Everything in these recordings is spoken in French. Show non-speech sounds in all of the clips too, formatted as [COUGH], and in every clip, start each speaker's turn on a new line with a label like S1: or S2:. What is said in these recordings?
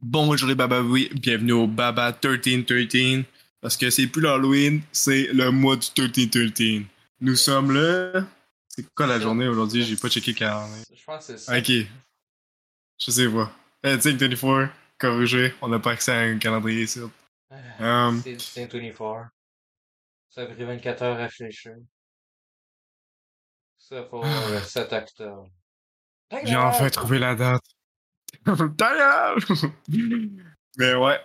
S1: Bonjour les bababoui, bienvenue au Baba 1313. Parce que c'est plus l'Halloween, c'est le mois du 1313. Nous sommes le. C'est quoi la journée aujourd'hui? J'ai pas checké le calendrier.
S2: Je pense que c'est ça.
S1: Ok. Je sais pas. Eh, Editing 24, corrigé, on n'a pas accès à un calendrier ici. Um,
S2: Ah, C'est du 24. Ça a pris 24 heures à réfléchir. Ça pour le 7 octobre.
S1: Ah. J'ai enfin trouvé la date. [LAUGHS] D'ailleurs! Mais ouais,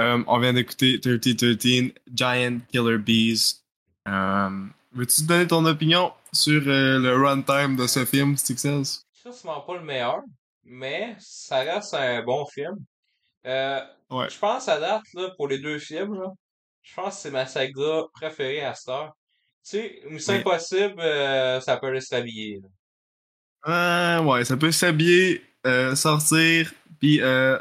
S1: euh, on vient d'écouter 3013 Giant Killer Bees. Euh, Veux-tu donner ton opinion sur euh, le runtime de ce film, Stixels?
S2: C'est sûrement pas le meilleur, mais ça reste un bon film. Euh,
S1: Ouais.
S2: Je pense à date, là, pour les deux films, là, je pense que c'est ma saga préférée à cette heure. Tu sais, Mission
S1: Oui.
S2: Impossible, euh, ça peut rester habillé. là.
S1: Euh, ouais, ça peut s'habiller, euh, sortir, puis euh,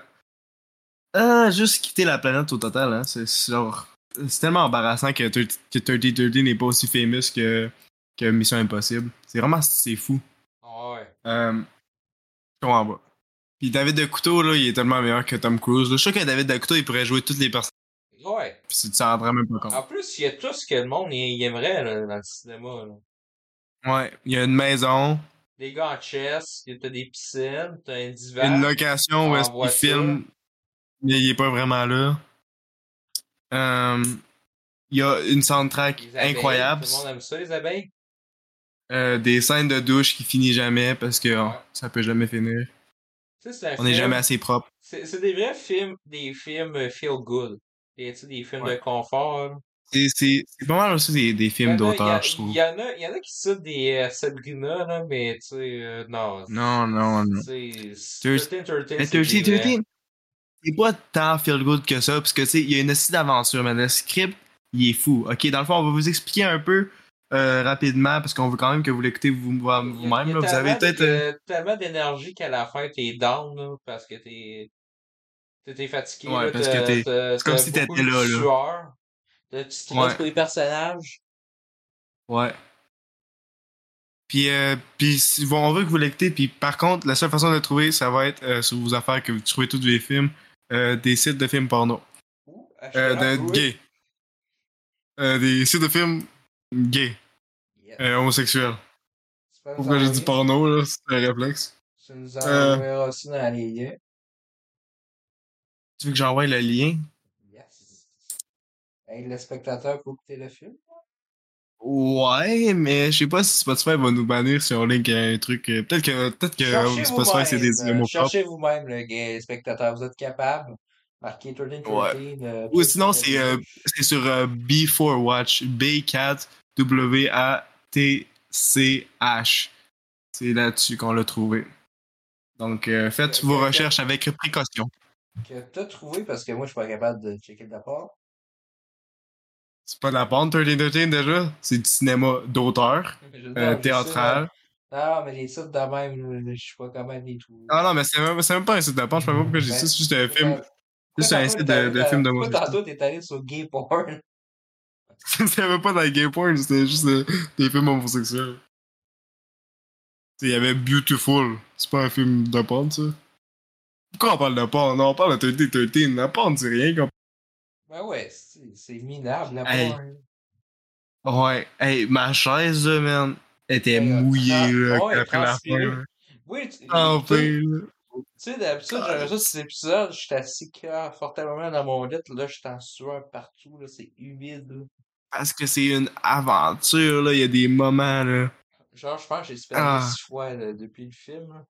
S1: euh, juste quitter la planète au total. Hein. C'est c'est genre- c'est tellement embarrassant que 30- que 3013 n'est pas aussi famous que, que Mission Impossible. C'est vraiment c'est fou.
S2: Ah Ouais.
S1: Euh, je comprends pas. Puis David de Couteau, là, il est tellement meilleur que Tom Cruise. là. Je suis sûr que David de Couteau, il pourrait jouer toutes les personnes.
S2: Ouais.
S1: Puis tu t'en rendrais même pas
S2: En
S1: compte.
S2: plus, il y a tout ce que le monde y- y aimerait là, dans le cinéma. Là.
S1: Ouais, il y a une maison,
S2: Des gars en chess, y a- t'as des piscines, t'as un divan.
S1: une location où
S2: en
S1: est-ce qu'il
S2: voiture.
S1: filme, mais il est pas vraiment là. Euh, il y a une soundtrack
S2: les abeilles,
S1: incroyable.
S2: Tout le monde aime ça, les abeilles.
S1: Euh, des scènes de douche qui finissent jamais parce que oh, ça peut jamais finir.
S2: Tu sais, c'est un
S1: On
S2: film-
S1: n'est jamais assez propre.
S2: C'est c'est des vrais films, des films euh, feel good. Des, tu sais, des films
S1: Ouais.
S2: de confort. là.
S1: C'est- C'est c'est pas mal aussi des, des films
S2: Il y en a-
S1: d'auteur, je
S2: Il
S1: trouve.
S2: y, en a- il y en a qui citent des euh, Sabrina, là, mais tu sais, euh, non.
S1: Non, non, non.
S2: C'est.
S1: Thir-
S2: c'est- 13, 13,
S1: Mais
S2: c'est des
S1: 13,
S2: vrais.
S1: 13, c'est pas tant feel good que ça, parce que tu sais, il y a une assise d'aventure, mais le script, il est fou. Ok, dans le fond, on va vous expliquer un peu euh, rapidement, parce qu'on veut quand même que vous l'écoutez vous-
S2: Il y a- il y a
S1: vous-même. là. vous
S2: tellement
S1: avez
S2: de-
S1: peut-être.
S2: il y
S1: euh,
S2: a tellement d'énergie qu'à la fin, t'es down, là, parce que t'es. T'es t'es fatigué.
S1: Ouais,
S2: là,
S1: parce
S2: t'as-
S1: que t'es-
S2: t'as-
S1: c'est comme
S2: t'as
S1: si
S2: beaucoup
S1: t'étais
S2: de
S1: là, là.
S2: sueur, t'as- Tu te
S1: Ouais.
S2: pour les personnages.
S1: Ouais. Puis, euh, puis si- bon, on veut que vous l'écoutez. Puis par contre, la seule façon de le trouver, ça va être euh, sur vos affaires que vous trouvez tous les films, euh, des sites de films porno.
S2: Ouh,
S1: Euh,
S2: Ashton
S1: de
S2: Kutcher.
S1: gays. Euh, des sites de films gays,
S2: Yeah.
S1: euh, homosexuels.
S2: Tu peux nous
S1: Pourquoi j'ai
S2: envoyer-
S1: dit porno, là? C'est un réflexe.
S2: Tu nous
S1: Euh.
S2: enverras aussi dans les liens.
S1: Tu veux que j'envoie le lien?
S2: Yes. Hey, le spectateur pour écouter le film.
S1: Ouais, mais je sais pas si Spotify va nous bannir si on link un truc. euh, Peut-être que, peut-être que euh,
S2: Cherchez
S1: Spotify, c'est des
S2: vous-même. euh,
S1: mots propres.
S2: Cherchez vous-même, le gay- le spectateur. Vous êtes capable. Marquez 13, 13, euh,
S1: Ou sinon,
S2: 13,
S1: c'est, euh, C'est sur euh, B4 Watch. B4W-A-T-C-H. C'est là-dessus qu'on l'a trouvé. Donc, euh, faites
S2: Euh,
S1: vos
S2: quelqu'un-
S1: recherches avec précaution.
S2: Que t'as trouvé parce que moi, je suis pas capable de checker le rapport.
S1: C'est pas de la bande 1313 déjà. C'est du cinéma d'auteur,
S2: [LAUGHS] Je veux
S1: euh,
S2: dire, je
S1: théâtral.
S2: sais, là- Non, Ah, mais les titres de même, là, je sais pas comment les trouver.
S1: Ah non, mais c'est même, c'est même pas un site de porn, je sais même pas pourquoi j'ai
S2: Ben,
S1: ça. C'est juste un
S2: Pourquoi-
S1: film. Juste
S2: pourquoi
S1: un
S2: tantôt
S1: site
S2: t'es
S1: de,
S2: allé
S1: de
S2: dans-
S1: film de
S2: pourquoi
S1: moi.
S2: tantôt, t'es allé sur gay porn.
S1: [LAUGHS] C'était même pas dans les gay porn, c'était juste euh, des films homosexuels. Il y avait Beautiful. C'est pas un film de porn, ça? Pourquoi on parle de porn? Non, on parle de 30-13. La porn, c'est rien qu'on
S2: Ben ouais, c'est c'est minable, la
S1: Hey,
S2: porn.
S1: Ouais, hey, ma chaise, là, man, était
S2: Ouais,
S1: mouillée,
S2: euh,
S1: là,
S2: trans- ouais,
S1: après la fin.
S2: transpirée.
S1: là.
S2: Oui, tu,
S1: Ah,
S2: tu-
S1: ouais, là.
S2: Tu sais, d'habitude, j'avais juste ces épisodes, j'étais assis confortablement dans mon lit, là, j'étais en sueur partout, là, c'est humide, là.
S1: Parce que c'est une aventure, là, il y a des moments, là.
S2: Genre, je pense que j'ai espéré
S1: Ah.
S2: six fois, là, depuis le film, là.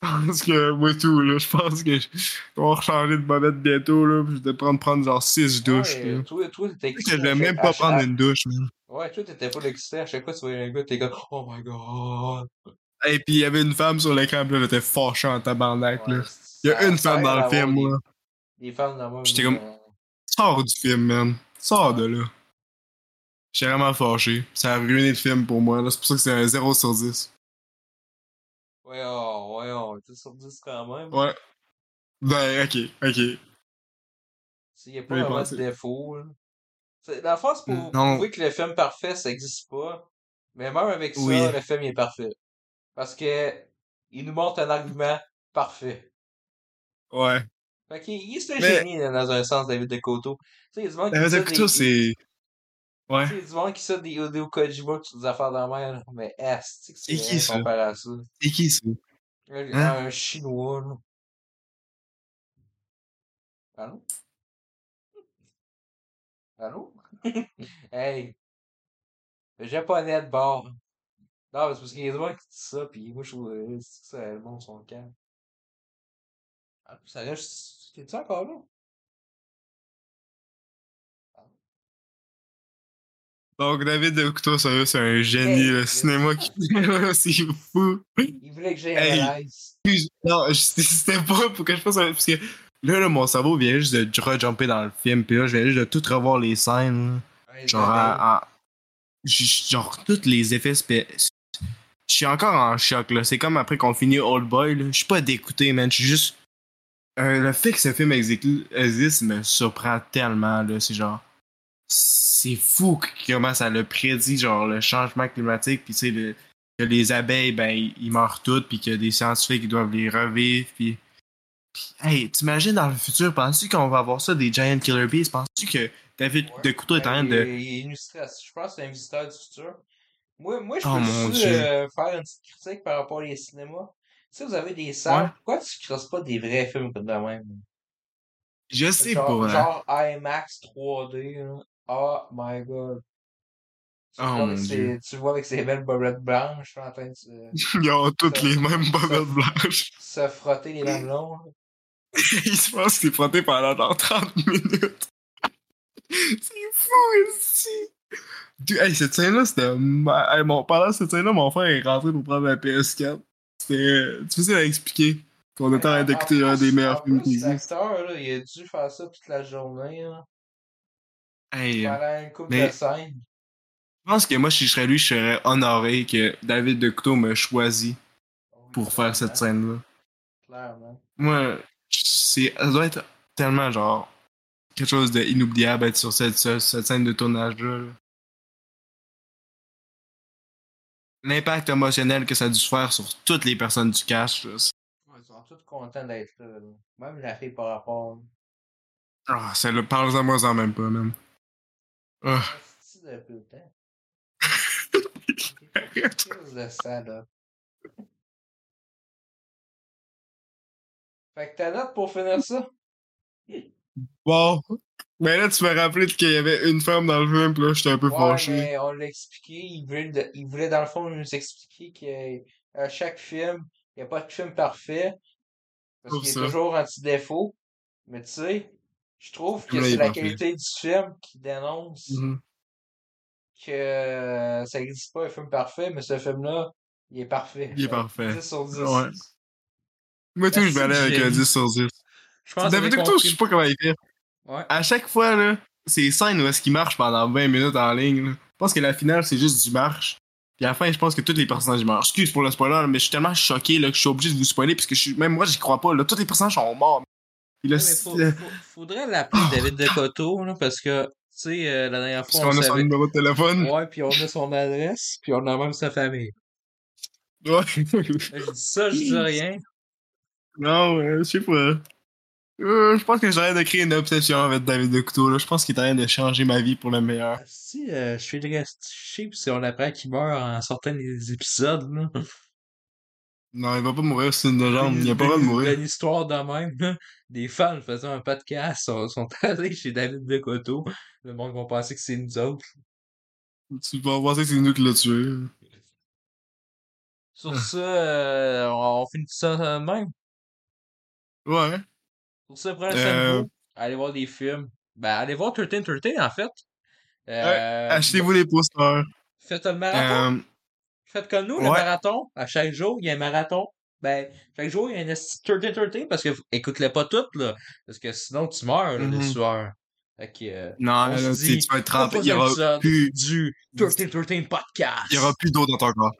S1: [LAUGHS] Parce que, moi, tout, là, je pense que je vais avoir changé de bobette bientôt, là, puis je vais prendre, prendre genre 6 douches,
S2: Ouais,
S1: là.
S2: toi, toi, t'étais
S1: Parce que
S2: excité
S1: je
S2: à
S1: vais
S2: chaque-
S1: même
S2: à
S1: pas
S2: chaque-
S1: prendre une douche, man.
S2: Ouais, toi, t'étais pas excité, à chaque fois, tu voyais un gars, t'es comme, oh my god.
S1: Et puis, il y avait une femme sur l'écran, puis là, j'étais fâché en tabarnak,
S2: Ouais,
S1: là. Il y a
S2: ça-
S1: une
S2: ça
S1: femme
S2: aide
S1: dans
S2: à
S1: le
S2: avoir
S1: film,
S2: des-
S1: là.
S2: des femmes dans mon-
S1: J'étais comme-
S2: euh,
S1: Sors du film, man. Sors de là. J'étais vraiment fâché. Ça a ruiné le film pour moi, là. C'est pour ça que c'est un 0 sur 10.
S2: Voyons, voyons, oh, t'es sur 10 quand même.
S1: Ouais. Ben, ok, ok.
S2: Il n'y a pas
S1: Oui,
S2: vraiment
S1: pensez.
S2: de défaut. là. C'est- Dans le fond, c'est pour
S1: Non.
S2: prouver que le film parfait, ça n'existe pas. Mais même avec ça,
S1: Oui.
S2: le film il est parfait. Parce que il nous montre un argument parfait.
S1: Ouais.
S2: Fait qu'il c'est un
S1: Mais-
S2: génie, là, dans un sens, David de Coteau. Tu sais, il y a du monde qui
S1: David
S2: sort
S1: de
S2: des-
S1: Couteau, c'est. Ouais.
S2: tu sais, il y a du monde qui sort des Hideo Kojima qui sont des affaires de la mer, mais est,
S1: Et qui, ça?
S2: comparé à ça.
S1: C'est qui ça?
S2: Un,
S1: Hein?
S2: un chinois, là. Allô? Allô? [LAUGHS] hey! Le japonais de bord. Non, mais c'est parce qu'il y a des gens qui disent ça, pis moi je trouve euh, c'est que ça, le monde son calme. Ah, ça reste. T'es-tu encore là?
S1: Donc, David de Couteau, sérieux, c'est un génie.
S2: Hey.
S1: Le cinéma qui. [LAUGHS] c'est fou.
S2: Il voulait que j'aille
S1: Hey.
S2: à l'aise.
S1: Non, je- [LAUGHS] c'était pas pour que je fasse. un- Parce que là, là, mon cerveau vient juste de rejumper dans le film. Puis là, je viens juste de tout revoir les scènes. là.
S2: Ouais,
S1: Genre,
S2: j'avais-
S1: en- en- j- genre tous les effets spé- Je suis encore en choc, là. C'est comme après qu'on finit Old Boy, là. Je suis pas dégoûté, man. Je suis juste. Euh, le fait que ce film exé- existe me surprend tellement, là. C'est genre. C'est fou que- comment ça le prédit, genre, le changement climatique, puis tu sais, le- que les abeilles, ben, ils ils meurent toutes, puis qu'il y a des scientifiques qui doivent les revivre, puis. puis, Hey, t'imagines dans le futur, penses-tu qu'on va avoir ça des Giant Killer Bees? Penses-tu que David
S2: Ouais. ben,
S1: de Couteau est en train
S2: Il-
S1: de.
S2: Il il nous stresse. Je pense que c'est un visiteur du futur. Moi, moi je
S1: Oh, mon
S2: peux-tu
S1: Dieu.
S2: euh, faire une petite critique par rapport aux cinémas? Si vous avez des salles,
S1: Ouais.
S2: pourquoi tu crosses pas des vrais films comme de même?
S1: Je sais
S2: genre,
S1: pas. hein.
S2: genre IMAX 3D, là. Oh my god. Tu,
S1: Oh,
S2: vois
S1: mon
S2: avec ses-
S1: Dieu.
S2: tu vois avec ses belles bobettes blanches en train de se,
S1: Ils ont toutes
S2: Ça-
S1: les mêmes
S2: ça-
S1: bobettes blanches. [LAUGHS]
S2: se frotter les mamelons. là.
S1: Ils se pensent qu'ils frottés pendant genre 30 minutes. [LAUGHS] C'est fou ici. Dude, hey, cette scène-là, c'était. ma- Hey, mon... Pendant cette scène-là, mon frère est rentré pour prendre la PS4. C'était euh, difficile à expliquer qu'on était en train d'écouter
S2: En
S1: un des
S2: plus-
S1: meilleurs
S2: en
S1: films
S2: plus,
S1: qui existent.
S2: l'acteur, là, il a dû faire ça toute la journée, là,
S1: Hey, euh,
S2: pendant une couple
S1: Mais-
S2: de scènes.
S1: je pense que moi, si je serais lui, je serais honoré que David de Couteau me choisi pour faire cette scène-là.
S2: Clairement, Oh, hein. Clairement.
S1: Moi, c'est, ça doit être tellement genre quelque chose d'inoubliable être sur cette, ce- cette scène de tournage-là. là. L'impact émotionnel que ça a dû se faire sur toutes les personnes du cash. là, c'est-
S2: Ouais, Ils sont tous contents d'être là. là. Même la fille par rapport.
S1: Ah, ça le parle à moi sans même pas, [LAUGHS] même. Ah,
S2: C'est de putain.
S1: arrête.
S2: Qu'est-ce de ça, là? Fait que ta note pour finir ça?
S1: Bon. Mais là, tu m'as rappelé qu'il y avait une femme dans le film, puis là, j'étais un peu
S2: Ouais,
S1: fâché.
S2: mais on l'a expliqué. Il voulait, de- il voulait, dans le fond, nous expliquer qu'à chaque film, il n'y a pas de film parfait. Parce
S1: Trouve
S2: qu'il y a
S1: ça.
S2: toujours un petit défaut. Mais tu sais, je trouve que
S1: Là, il
S2: c'est
S1: est
S2: la
S1: parfait.
S2: qualité du film qui dénonce.
S1: Mhm.
S2: que euh, ça n'existe pas un film parfait, mais ce film-là, il est parfait.
S1: Il est
S2: Genre,
S1: parfait.
S2: 10 sur 10.
S1: Ouais. Moi, tout, je vais aller avec un 10 sur 10.
S2: Je
S1: David Couteau, je sais pas comment il fait.
S2: Ouais.
S1: À chaque fois, là, ces scènes où est-ce qu'il marche pendant 20 minutes en ligne, là, je pense que la finale, c'est juste du marche. Puis à la fin, je pense que tous les personnages meurent. Excuse pour le spoiler, là, mais je suis tellement choqué là, que je suis obligé de vous spoiler, parce que je suis- même moi, j'y crois pas. Là. Tous les personnages sont morts. Puis là, c'est- [LAUGHS] euh,
S2: faudrait l'appeler David de Coteau, là, parce que, tu sais, euh, la dernière
S1: Ah. parce
S2: fois, on,
S1: qu'on a son
S2: savait...
S1: numéro de téléphone.
S2: Ouais, puis on a son adresse, puis on a même sa famille.
S1: [LAUGHS] Ouais.
S2: Là, Je dis ça, je dis rien.
S1: non, euh, je sais pas. Euh, je pense que j'arrête de créer une obsession avec David de Couteau. Là. Je pense qu'il est en train de changer ma vie pour le meilleur.
S2: Si, euh, je suis reste chier, puis si on apprend qu'il meurt en sortant des
S1: [LAUGHS]
S2: épisodes, là.
S1: Non, il va pas mourir sur une jambe. Il a pas le droit de
S2: Une- [LAUGHS]
S1: mourir.
S2: Une histoire de même, là. Des fans faisant un podcast sont, sont [LAUGHS] allés chez David Decoteau. Le monde va penser que c'est nous autres.
S1: Tu vas penser que c'est nous qui l'a tué.
S2: Sur ça, euh, on, on finit ça euh, même.
S1: Ouais.
S2: Sur ça,
S1: Ah, Euh,
S2: prenez soin de vous. Allez voir des films. Ben, allez voir 13-13, en fait. Euh,
S1: Achetez-vous des posters.
S2: Faites le marathon.
S1: Euh,
S2: Faites comme nous, le
S1: ouais.
S2: marathon. À chaque jour, il y a un marathon. Ben, chaque jour, il y a un 13-13 parce que, écoute-le pas tout, là. Parce que sinon, tu meurs, là, des
S1: Mhm.
S2: sueurs. Fait que, euh,
S1: non,
S2: On
S1: là,
S2: se
S1: tu sais,
S2: dit,
S1: tu vas être
S2: Trente-
S1: trempé. Il y aura
S2: épisode
S1: plus,
S2: du 13 13 podcast.
S1: il y aura plus d'eau dans ton corps.